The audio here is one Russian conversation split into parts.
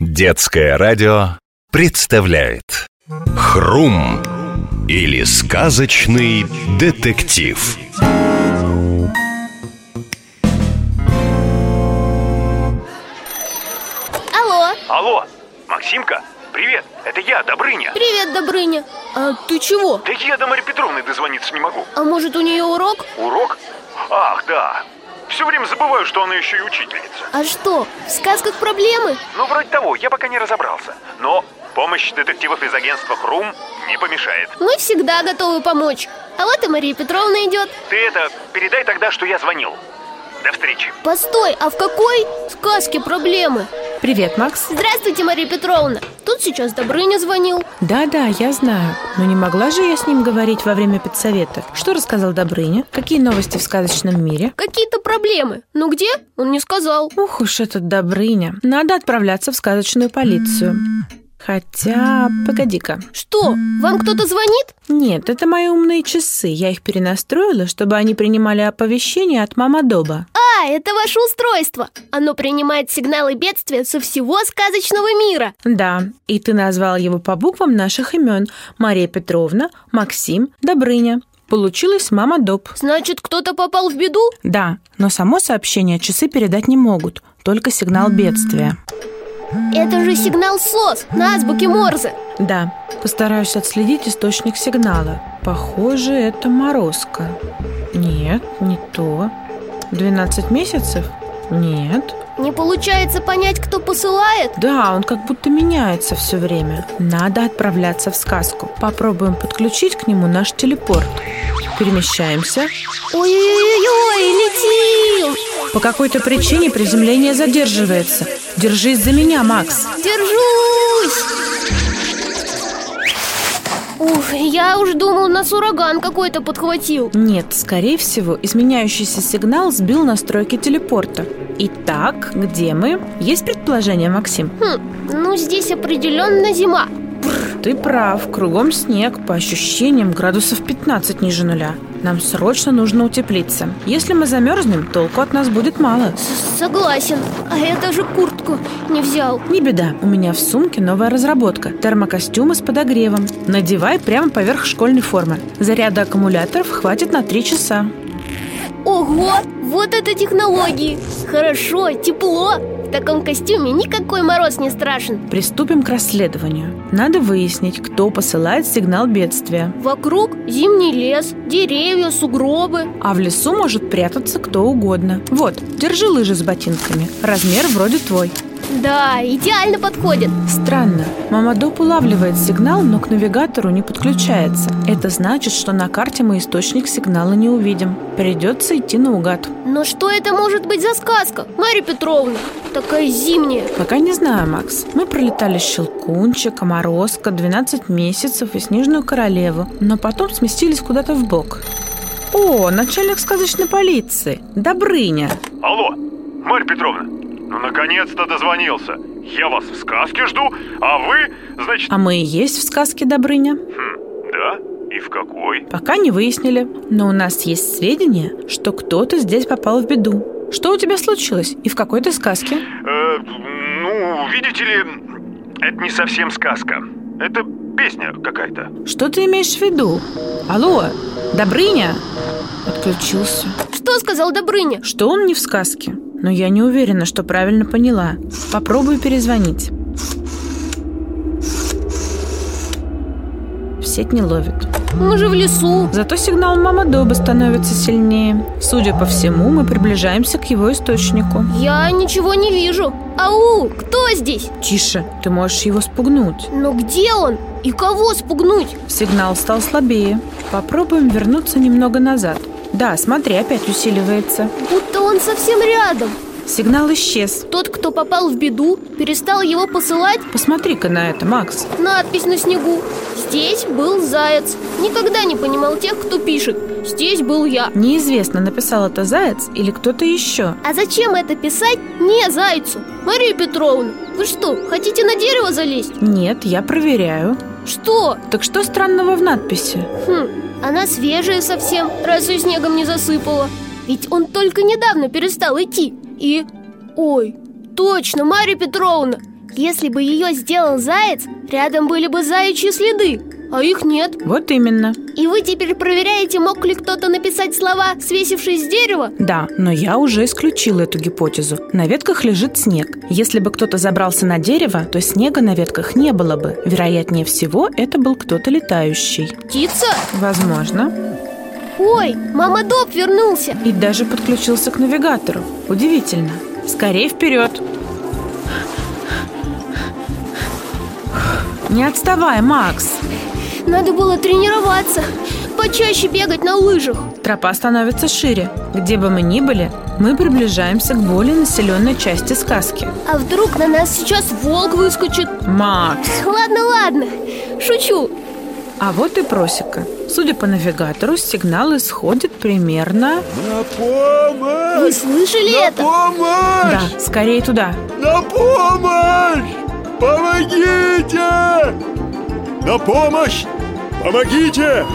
Детское радио представляет Хрум или сказочный детектив Алло, Алло, Максимка, привет, это я, Добрыня. привет, Добрыня А ты чего? Да я до Марии Петровны дозвониться не могу. А может у нее урок? Урок? Ах, да. Все время забываю, что она еще и учительница. А что, в сказках проблемы? Ну, вроде того, я пока не разобрался. Но помощь детективов из агентства Хрум не помешает. Мы всегда готовы помочь А вот и Мария Петровна идет Ты это, передай тогда, что я звонил. До встречи. Постой, а в какой сказке проблемы? Привет, Макс. Здравствуйте, Мария Петровна Тут сейчас Добрыня звонил Да-да, я знаю. Но не могла же я с ним говорить во время педсовета. Что рассказал Добрыня? Какие новости в сказочном мире? Какие-то проблемы Но где? Он не сказал Ух уж этот Добрыня. Надо отправляться в сказочную полицию. Хотя, погоди-ка. Что, вам кто-то звонит? Нет, это мои умные часы. Я их перенастроила, чтобы они принимали оповещения от мама Доба. А, это ваше устройство Оно принимает сигналы бедствия со всего сказочного мира Да, и ты назвал его по буквам наших имен. Мария Петровна, Максим, Добрыня. Получилась мама Доб. Значит, кто-то попал в беду? Да, но само сообщение часы передать не могут, только сигнал бедствия. Это же сигнал СОС на азбуке Морзе Да, постараюсь отследить источник сигнала. Похоже, это морозка. Нет, не то. 12 месяцев? Нет. Не получается понять, кто посылает? Да, он как будто меняется все время. Надо отправляться в сказку. Попробуем подключить к нему наш телепорт. Перемещаемся. Ой-ой-ой, летим! По какой-то причине приземление задерживается. Держись за меня, Макс. Держусь! Ух, я уж думал, нас ураган какой-то подхватил Нет, скорее всего, изменяющийся сигнал сбил настройки телепорта. Итак, где мы? Есть предположение, Максим? Хм, ну здесь определенно зима Ты прав, кругом снег, по ощущениям градусов 15 ниже нуля. Нам срочно нужно утеплиться. Если мы замерзнем, толку от нас будет мало. С- Согласен, а я даже куртку не взял Не беда, у меня в сумке новая разработка – термокостюмы с подогревом. Надевай прямо поверх школьной формы. Заряда аккумуляторов хватит на 3 часа. Ого, вот это технологии Хорошо, тепло В таком костюме никакой мороз не страшен Приступим к расследованию. Надо выяснить, кто посылает сигнал бедствия. Вокруг зимний лес, деревья, сугробы А в лесу может прятаться кто угодно. Вот, держи лыжи с ботинками. Размер вроде твой. Да, идеально подходит Странно. Мамадоп улавливает сигнал, но к навигатору не подключается. Это значит, что на карте мы источник сигнала не увидим. Придется идти наугад. Но что это может быть за сказка, Марья Петровна? Такая зимняя Пока не знаю, Макс. Мы пролетали Щелкунчика, Морозка, 12 месяцев и Снежную Королеву, но потом сместились куда-то в бок. О, начальник сказочной полиции. Добрыня. Алло, Марья Петровна, ну наконец-то дозвонился. Я вас в сказке жду, а вы, значит... А мы и есть в сказке Добрыня. Хм, да? И в какой? Пока не выяснили. Но у нас есть сведения, что кто-то здесь попал в беду. Что у тебя случилось? И в какой то сказке? Э, ну, видите ли, это не совсем сказка. Это песня какая-то. Что ты имеешь в виду? Алло, Добрыня? Отключился. Что сказал Добрыня? Что он не в сказке? Но я не уверена, что правильно поняла. Попробую перезвонить. Сеть не ловит. Мы же в лесу Зато сигнал мама Доба становится сильнее. Судя по всему, мы приближаемся к его источнику. Я ничего не вижу Ау, кто здесь? Тише, ты можешь его спугнуть. Но где он? И кого спугнуть? Сигнал стал слабее. Попробуем вернуться немного назад. Да, смотри, опять усиливается. Будто он совсем рядом Сигнал исчез. Тот, кто попал в беду, перестал его посылать Посмотри-ка на это, Макс. Надпись на снегу Здесь был заяц Никогда не понимал тех, кто пишет Здесь был я Неизвестно, написал это заяц или кто-то еще. А зачем это писать не зайцу? Мария Петровна, вы что, хотите на дерево залезть? Нет, я проверяю. Что? Так что странного в надписи? Хм, она свежая совсем, раз ее снегом не засыпала Ведь он только недавно перестал идти И... Ой, точно, Мария Петровна Если бы ее сделал заяц, рядом были бы заячьи следы, а их нет. Вот именно. И вы теперь проверяете, мог ли кто-то написать слова, свесившись с дерева? Да, но я уже исключила эту гипотезу. На ветках лежит снег. Если бы кто-то забрался на дерево, то снега на ветках не было бы. Вероятнее всего, это был кто-то летающий. Птица? Возможно. Ой, мама Доб вернулся! И даже подключился к навигатору. Удивительно. Скорее вперед! Не отставай, Макс! Надо было тренироваться, почаще бегать на лыжах. Тропа становится шире. Где бы мы ни были, мы приближаемся к более населенной части сказки. А вдруг на нас сейчас волк выскочит? Макс! Ладно, ладно, шучу. А вот и просека. Судя по навигатору, сигнал исходит примерно... На помощь! Вы слышали На это? Да, помощь! скорее туда. На помощь! Помогите! На помощь! Помогите!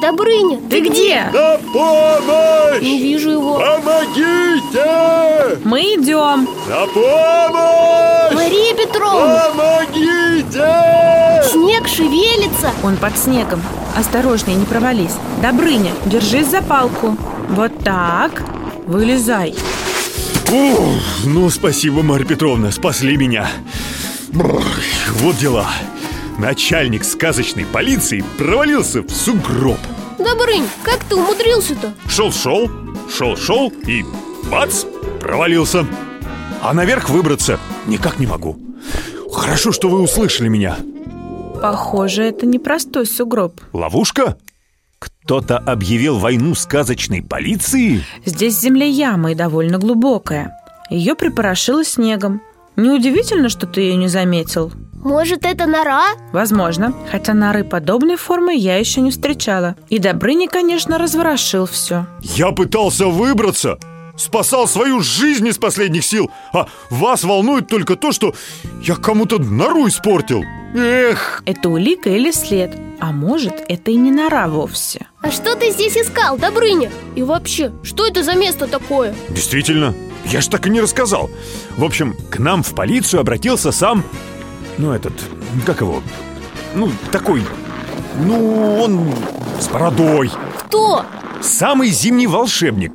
Добрыня, ты, где? На Не помощь! вижу его. Помогите! Мы идем. На помощь! Мария Петровна, Помогите! снег шевелится. Он под снегом. Осторожнее, не провались. Добрыня, держись за палку. Вот так. Вылезай. Ух, ну спасибо, Марья Петровна, спасли меня. Бррр, вот дела. Начальник сказочной полиции провалился в сугроб. Добрынь, как ты умудрился-то? Шел-шел, шел-шел и бац, провалился. А наверх выбраться никак не могу. Хорошо, что вы услышали меня. Похоже, это непростой сугроб. Ловушка? Кто-то объявил войну сказочной полиции? Здесь земля яма и довольно глубокая. Ее припорошило снегом. Неудивительно, что ты ее не заметил. Может, это нора? Возможно, хотя норы подобной формы я еще не встречала. И Добрыня, конечно, разворошил все. Я пытался выбраться, спасал свою жизнь из последних сил, а вас волнует только то, что я кому-то нору испортил. Эх, Это улика или след? А может, это и не нора вовсе? А что ты здесь искал, Добрыня? И вообще, что это за место такое? действительно, я ж так и не рассказал. В общем, к нам в полицию обратился сам, ну этот, как его, ну такой, ну он с бородой, Кто? самый зимний волшебник,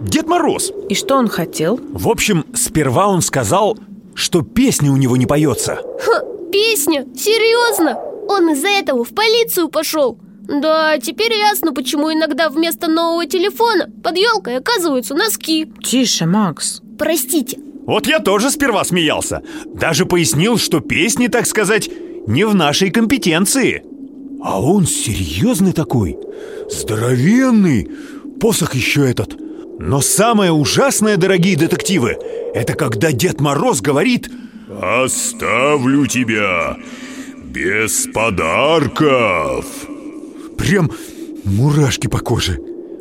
Дед Мороз. И что он хотел? В общем, сперва он сказал, что песня у него не поется. Ха, песня? Серьезно? Он из-за этого в полицию пошел? Да, теперь ясно, почему иногда вместо нового телефона под елкой оказываются носки. Тише, Макс. Простите, Вот я тоже сперва смеялся. Даже пояснил, что песни, так сказать, не в нашей компетенции. А он серьезный такой, здоровенный, посох еще этот. Но самое ужасное, дорогие детективы, это когда Дед Мороз говорит «Оставлю тебя без подарков». Прям мурашки по коже.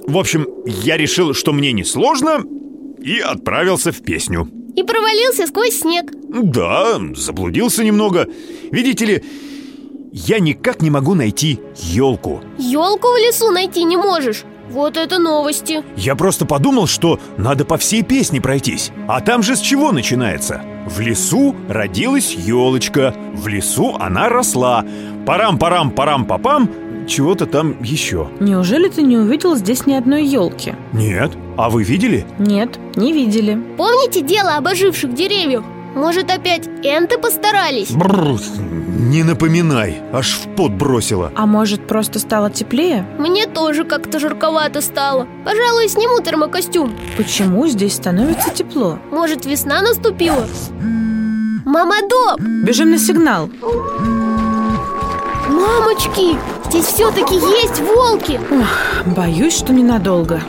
В общем, я решил, что мне несложно, и отправился в песню. и провалился сквозь снег. Да, заблудился немного. Видите ли, я никак не могу найти елку. Елку в лесу найти не можешь. Вот это новости. Я просто подумал, что надо по всей песне пройтись. А там же с чего начинается? В лесу родилась елочка, в лесу она росла. Парам-парам-парам-папам, чего-то там еще. Неужели ты не увидел здесь ни одной елки? Нет, а вы видели? Нет, не видели. Помните дело об оживших деревьях? Может, опять энты постарались? Бррр, не напоминай, аж в пот бросила. А может, просто стало теплее? Мне тоже как-то жарковато стало. Пожалуй, сниму термокостюм. Почему здесь становится тепло? Может, весна наступила? Мама Доб! Бежим на сигнал. Мамочки! Здесь все-таки есть волки! Боюсь, что ненадолго.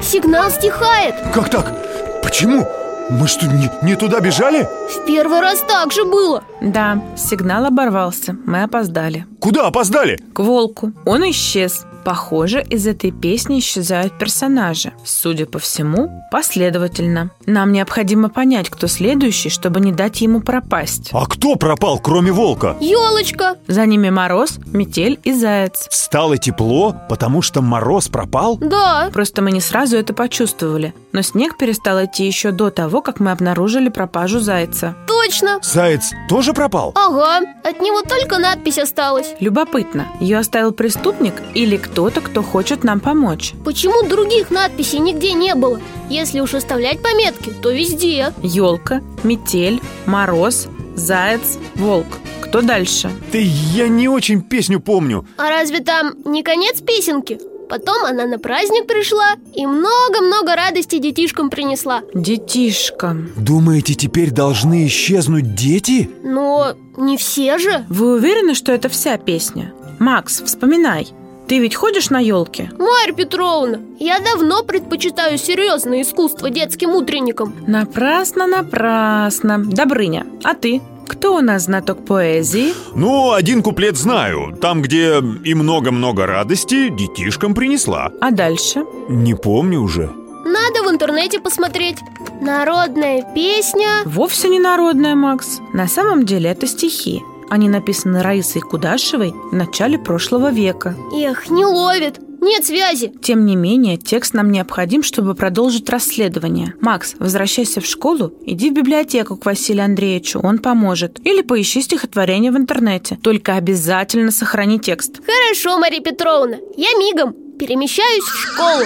Сигнал стихает! Как так? Почему? Мы что, не- не туда бежали? В первый раз так же было! Да, сигнал оборвался. Мы опоздали. Куда опоздали? К волку. Он исчез. Похоже, из этой песни исчезают персонажи. Судя по всему, последовательно. Нам необходимо понять, кто следующий, чтобы не дать ему пропасть. А кто пропал, кроме волка? Елочка! За ними мороз, метель и заяц. Стало тепло, потому что мороз пропал? Да, Просто мы не сразу это почувствовали. Но снег перестал идти еще до того, как мы обнаружили пропажу зайца. Точно! Заяц тоже пропал? Ага, от него только надпись осталась. Любопытно, ее оставил преступник или кто-то, кто хочет нам помочь? Почему других надписей нигде не было? Если уж оставлять пометки, то везде. Елка, метель, мороз, заяц, волк. Кто дальше? Да я не очень песню помню. А разве там не конец песенки? Потом она на праздник пришла и много-много радости детишкам принесла. Детишка. Думаете, теперь должны исчезнуть дети? Но не все же. Вы уверены, что это вся песня? Макс, вспоминай. Ты ведь ходишь на елке? Марья Петровна, я давно предпочитаю серьезное искусство детским утренникам. Напрасно, напрасно. Добрыня, а ты? Кто у нас знаток поэзии? Ну, один куплет знаю. Там, где и много-много радости детишкам принесла. А дальше? Не помню уже. Надо в интернете посмотреть. Народная песня. Вовсе не народная, Макс. На самом деле это стихи. Они написаны Раисой Кудашевой в начале прошлого века. Эх, не ловит. Нет связи. Тем не менее, текст нам необходим, чтобы продолжить расследование. Макс, возвращайся в школу, иди в библиотеку к Василию Андреевичу, он поможет. Или поищи стихотворение в интернете. Только обязательно сохрани текст. Хорошо, Мария Петровна, я мигом перемещаюсь в школу.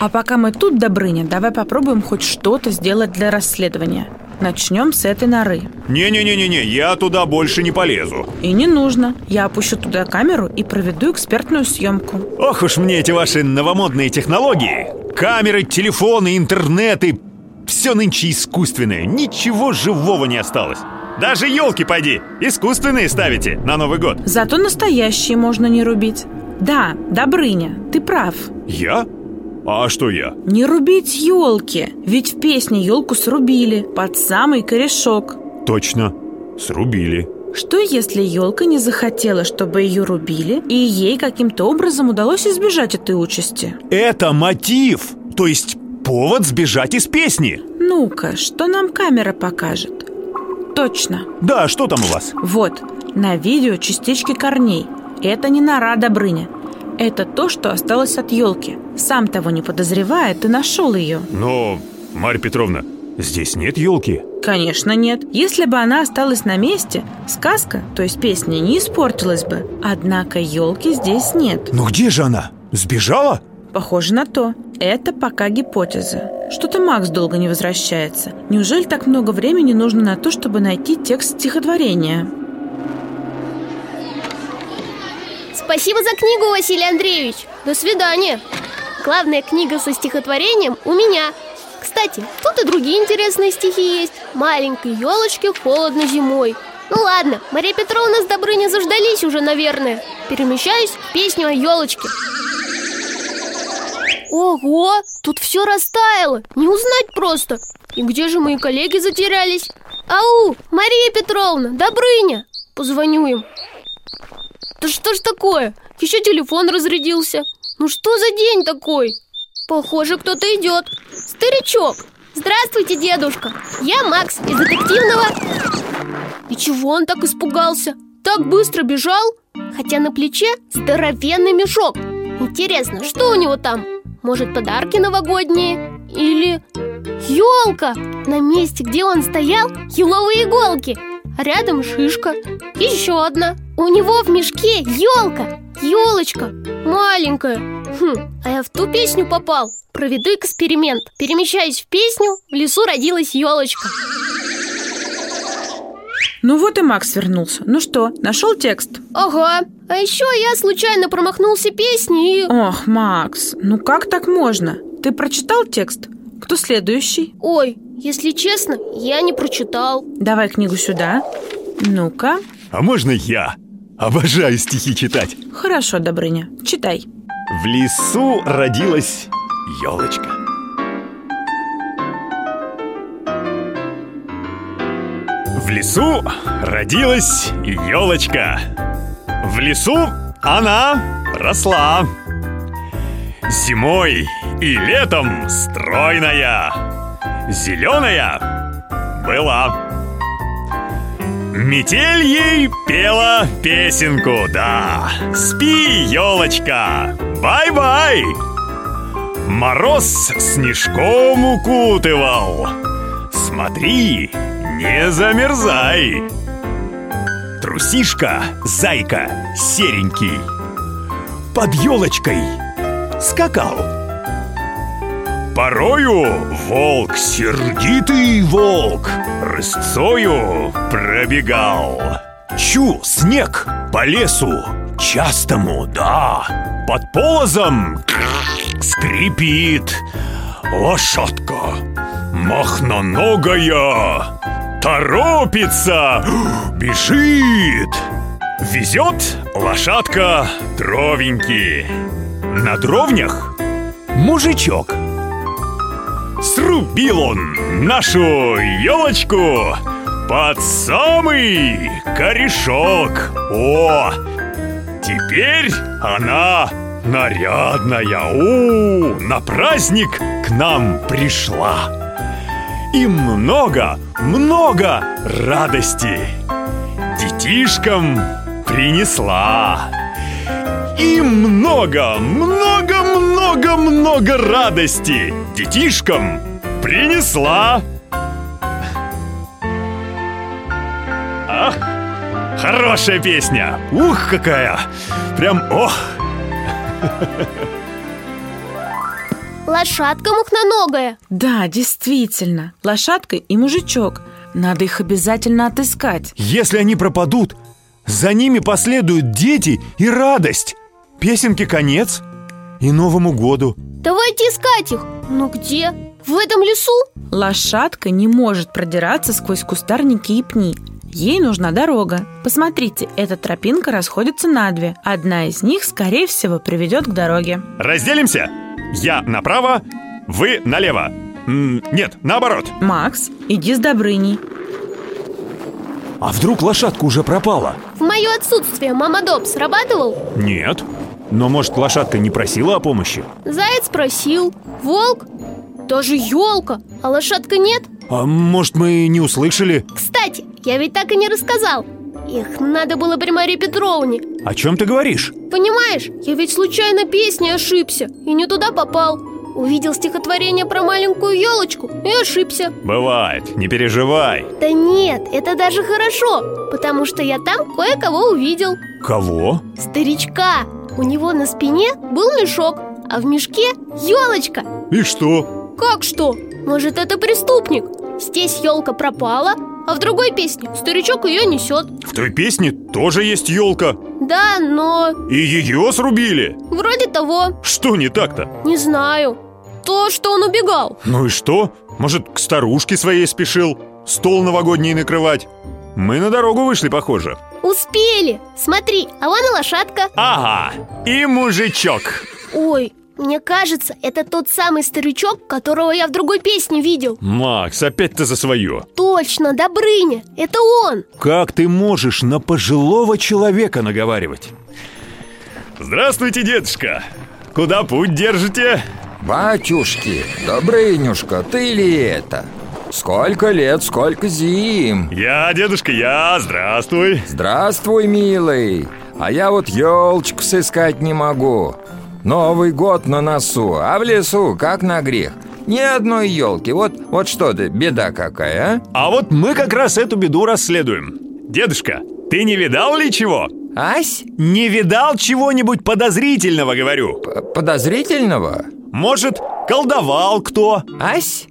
А пока мы тут, Добрыня, давай попробуем хоть что-то сделать для расследования. Начнем с этой норы. Не-не-не-не, я туда больше не полезу. И не нужно. Я опущу туда камеру и проведу экспертную съемку. Ох уж мне эти ваши новомодные технологии. Камеры, телефоны, интернеты. Все нынче искусственное. Ничего живого не осталось. Даже елки поди, искусственные ставите на Новый год. Зато настоящие можно не рубить. Да, Добрыня, ты прав. Я? А что я? Не рубить елки, ведь в песне елку срубили под самый корешок. Точно, срубили. Что если елка не захотела, чтобы ее рубили, и ей каким-то образом удалось избежать этой участи? Это мотив, то есть повод сбежать из песни. Ну-ка, что нам камера покажет? Точно. Да, что там у вас? Вот, на видео частички корней. Это не нора Добрыня. Это то, что осталось от елки. Сам того не подозревая, ты нашел ее. Но, Марья Петровна, здесь нет елки. Конечно, нет. Если бы она осталась на месте, сказка, то есть песня, не испортилась бы. Однако елки здесь нет. Но где же она? Сбежала? Похоже на то. Это пока гипотеза. Что-то Макс долго не возвращается. Неужели так много времени нужно на то, чтобы найти текст стихотворения? Спасибо за книгу, Василий Андреевич. До свидания. Главная книга со стихотворением у меня. Кстати, тут и другие интересные стихи есть. Маленькой елочке холодно зимой. Ну ладно, Мария Петровна с Добрыней заждались уже, наверное. Перемещаюсь в песню о елочке. Ого, тут все растаяло. Не узнать просто. И где же мои коллеги затерялись? Ау, Мария Петровна, Добрыня. Позвоню им. Да что ж такое? Еще телефон разрядился. Ну что за день такой? Похоже, кто-то идет. Старичок. Здравствуйте, дедушка. Я Макс из детективного. И чего он так испугался? Так быстро бежал? Хотя на плече здоровенный мешок. Интересно, что у него там? Может, подарки новогодние? Или елка! На месте, где он стоял, еловые иголки. А рядом шишка. Еще одна. У него в мешке елка. Елочка. Маленькая. Хм, а я в ту песню попал. Проведу эксперимент. Перемещаюсь в песню. В лесу родилась елочка. Ну вот и Макс вернулся. Ну что, нашел текст? Ага. А еще я случайно промахнулся песней и... Ох, Макс, ну как так можно? Ты прочитал текст? Кто следующий? Ой, если честно, я не прочитал. Давай книгу сюда. Ну-ка. А можно я? Обожаю стихи читать. Хорошо, Добрыня, читай. В лесу родилась елочка. В лесу родилась елочка. В лесу она росла. Зимой и летом стройная, зеленая была. Метель ей пела песенку, да. Спи, елочка, бай-бай. Мороз снежком укутывал. Смотри, Не замерзай! Трусишка, зайка, серенький Под елочкой скакал Порою волк, сердитый волк Рысцою пробегал Чу, снег по лесу Частому, да Под полозом скрипит Лошадка Махноногая Торопится Бежит Везет лошадка дровеньки На дровнях мужичок Срубил он нашу елочку Под самый корешок О, Теперь она нарядная, у, на праздник к нам пришла. И много, много радости детишкам принесла. И много, много, много, много радости детишкам принесла. Ах, хорошая песня! Ух, какая! Прям, ох, Лошадка мухноногая. Да, действительно, лошадка и мужичок. Надо их обязательно отыскать. Если они пропадут, за ними последуют дети и радость. Песенке конец и Новому году. Давайте искать их. Ну где? В этом лесу? Лошадка не может продираться сквозь кустарники и пни. Ей нужна дорога. Посмотрите, эта тропинка расходится на две. Одна из них, скорее всего, приведет к дороге. Разделимся? Я направо, вы налево. М, нет, наоборот. Макс, иди с Добрыней. А вдруг лошадка уже пропала? В мое отсутствие мама Доб срабатывал? Нет. Но может лошадка не просила о помощи? Заяц просил. Волк? Даже елка. А лошадка нет? А может мы не услышали? Кстати, я ведь так и не рассказал. Их надо было при Марии Петровне. О чем ты говоришь? Понимаешь, я ведь случайно песней ошибся и не туда попал. Увидел стихотворение про маленькую елочку и ошибся. Бывает, не переживай. Да нет, это даже хорошо, потому что я там кое-кого увидел. Кого? Старичка. У него на спине был мешок, а в мешке елочка. И что? Как что? Может, это преступник? Здесь елка пропала, а в другой песне старичок ее несет. В той песне тоже есть елка. Да, но И ее срубили. вроде того, Что не так-то? не знаю. То, что он убегал. Ну и что? Может, к старушке своей спешил? Стол новогодний накрывать? Мы на дорогу вышли, похоже. Успели! Смотри, а вон и лошадка. Ага, и мужичок. Ой, мне кажется, это тот самый старичок, которого я в другой песне видел. Макс, опять ты за свое. Точно, Добрыня, это он. Как ты можешь на пожилого человека наговаривать? Здравствуйте, дедушка. Куда путь держите? Батюшки, Добрынюшка, ты ли это? Сколько лет, сколько зим Я, дедушка, я, здравствуй. Здравствуй, милый А я вот елочку сыскать не могу Новый год на носу, а в лесу как на грех Ни одной елки, вот, вот что ты, беда какая, А вот мы как раз эту беду расследуем. Дедушка, ты не видал ли чего? а? Ась? Не видал чего-нибудь подозрительного, говорю. П- Подозрительного? Может, колдовал кто? Ась?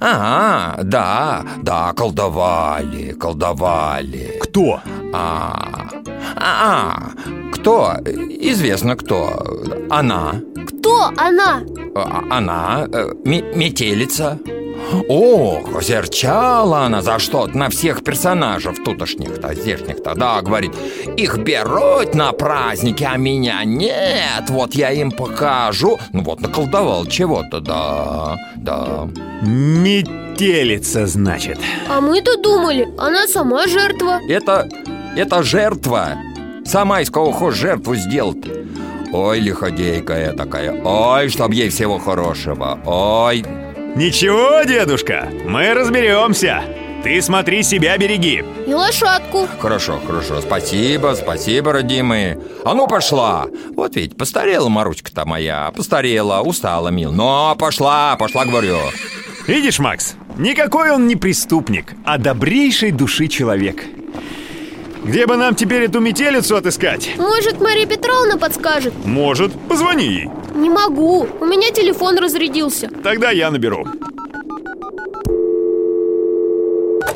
Ага, да, да, колдовали, колдовали Кто? А, а, а, кто? Известно кто. Она. Кто она? А, Она. э, ме- метелица. Ох, зерчала она за что-то на всех персонажей тутошних-то, а здешних-то, да, говорит Их берут на праздники, а меня нет, вот я им покажу Ну вот, наколдовал чего-то, да, да Метелица, значит. А мы-то думали, она сама жертва. Это... это жертва Сама из кого хочешь жертву сделать Ой, лиходейка я такая Ой, чтоб ей всего хорошего Ой, Ничего, дедушка, мы разберемся. Ты смотри себя береги. И лошадку. хорошо, хорошо Спасибо, спасибо, родимые А ну пошла Вот ведь постарела Маручка-то моя Постарела, устала, мил Но пошла, пошла, говорю Видишь, Макс, Никакой он не преступник, а добрейшей души человек. Где бы нам теперь эту метелицу отыскать? Может, Мария Петровна подскажет? Может, позвони ей. Не могу, у меня телефон разрядился Тогда я наберу.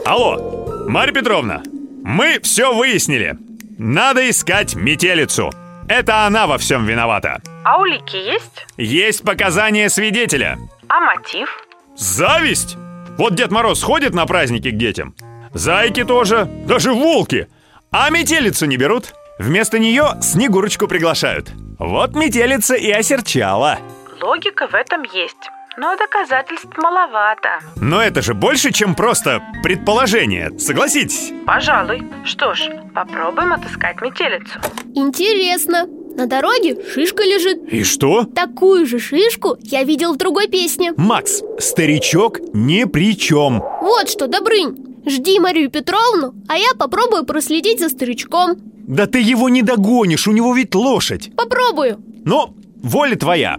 Алло, Марья Петровна, мы все выяснили. Надо искать метелицу. Это она во всем виновата. А улики есть? Есть показания свидетеля. А мотив? Зависть? Вот Дед Мороз ходит на праздники к детям. Зайки тоже, даже волки. А метелицу не берут. Вместо нее Снегурочку приглашают. Вот метелица и осерчала. Логика в этом есть. Но доказательств маловато. Но это же больше, чем просто предположение, согласитесь? Пожалуй. Что ж, попробуем отыскать метелицу. Интересно, на дороге шишка лежит И что? Такую же шишку я видел в другой песне Макс, старичок ни при чем. Вот что, Добрынь, жди Марию Петровну, а я попробую проследить за старичком Да ты его не догонишь, у него ведь лошадь. Попробую Но воля твоя.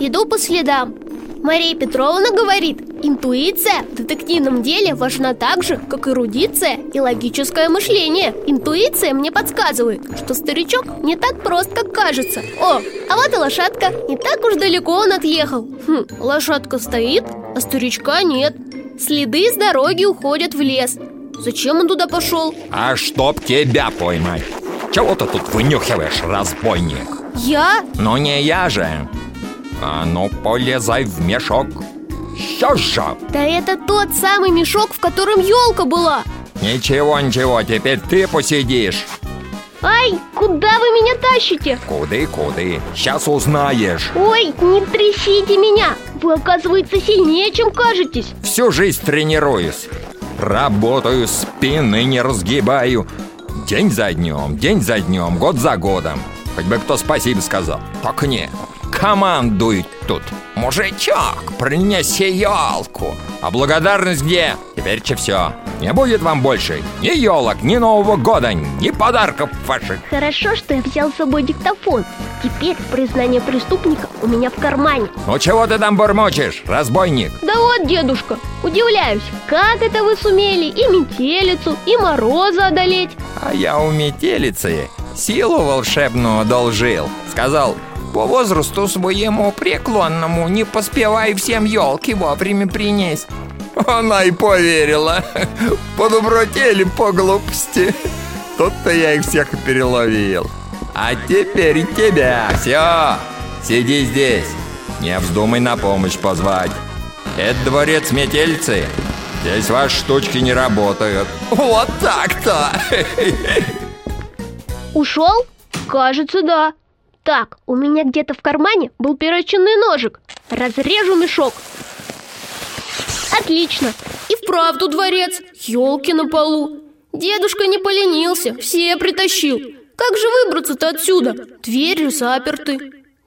Иду по следам. Мария Петровна говорит, интуиция в детективном деле важна так же, как эрудиция и логическое мышление. Интуиция мне подсказывает, что старичок не так прост, как кажется. О, а вот и лошадка. Не так уж далеко он отъехал. Хм, лошадка стоит, а старичка нет. Следы с дороги уходят в лес. Зачем он туда пошел? А чтоб тебя поймать Чего ты тут вынюхиваешь, разбойник? Я? Ну не я же А ну полезай в мешок Сейчас же Да это тот самый мешок, в котором елка была. Ничего, ничего, теперь ты посидишь Ай, куда вы меня тащите? Куды, куды, сейчас узнаешь Ой, не трясите меня! Вы, оказывается, сильнее, чем кажетесь Всю жизнь тренируюсь Работаю, спины не разгибаю День за днем, день за днем, год за годом Хоть бы кто спасибо сказал Так не, командует тут Мужичок, принеси елку А благодарность где? Теперь че все Не будет вам больше ни елок, ни Нового года, ни подарков ваших Хорошо, что я взял с собой диктофон Теперь признание преступника у меня в кармане Ну чего ты там бормочешь, разбойник? Да вот, дедушка, удивляюсь Как это вы сумели и метелицу, и мороза одолеть А я у метелицы силу волшебную одолжил Сказал, по возрасту своему преклонному Не поспевай всем елки вовремя принесть Она и поверила По доброте или по глупости Тут-то я их всех и переловил А теперь и тебя Все, сиди здесь Не вздумай на помощь позвать Это дворец метельцы Здесь ваши штучки не работают Вот так-то Ушел? Кажется, да Так, у меня где-то в кармане был перочинный ножик Разрежу мешок Отлично И вправду дворец, елки на полу Дедушка не поленился, все притащил Как же выбраться-то отсюда? Двери заперты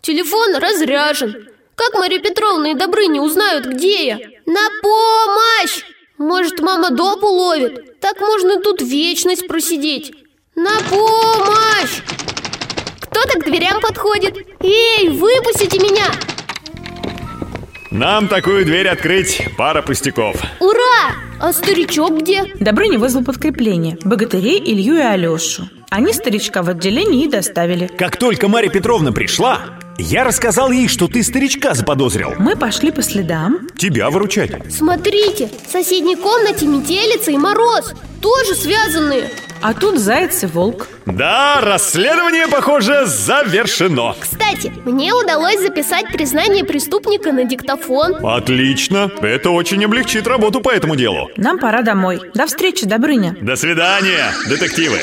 Телефон разряжен Как Мария Петровна и Добрыня узнают, где я? На помощь! Может, мама доп уловит? Так можно и тут вечность просидеть На помощь! Кто-то к дверям подходит Эй, выпустите меня! Нам такую дверь открыть пара пустяков. Ура! А старичок где? Добрыня вызвал подкрепление – богатырей Илью и Алешу. Они старичка в отделении и доставили. Как только Марья Петровна пришла, я рассказал ей, что ты старичка заподозрил. Мы пошли по следам. Тебя выручать. Смотрите, в соседней комнате метелица и мороз Тоже связанные А тут заяц и волк. Да, расследование, похоже, завершено. Кстати, мне удалось записать признание преступника на диктофон Отлично. Это очень облегчит работу по этому делу. Нам пора домой. До встречи, Добрыня. До свидания, детективы.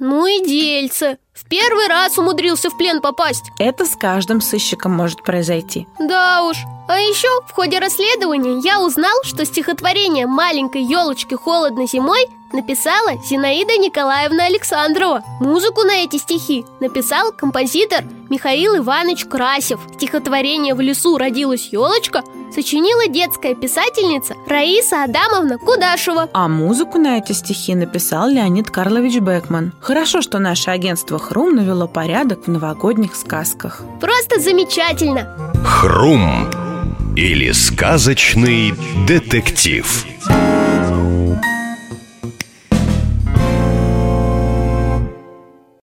Ну и дельце В первый раз умудрился в плен попасть Это с каждым сыщиком может произойти. Да уж А еще в ходе расследования я узнал, что стихотворение «Маленькой елочки холодно зимой» написала Зинаида Николаевна Александрова Музыку на эти стихи написал композитор Михаил Иванович Красев Стихотворение «В лесу родилась елочка» сочинила детская писательница Раиса Адамовна Кудашева А музыку на эти стихи написал Леонид Карлович Бекман. Хорошо, что наше агентство «Хрум» навело порядок в новогодних сказках. Просто замечательно! Хрум. или сказочный детектив.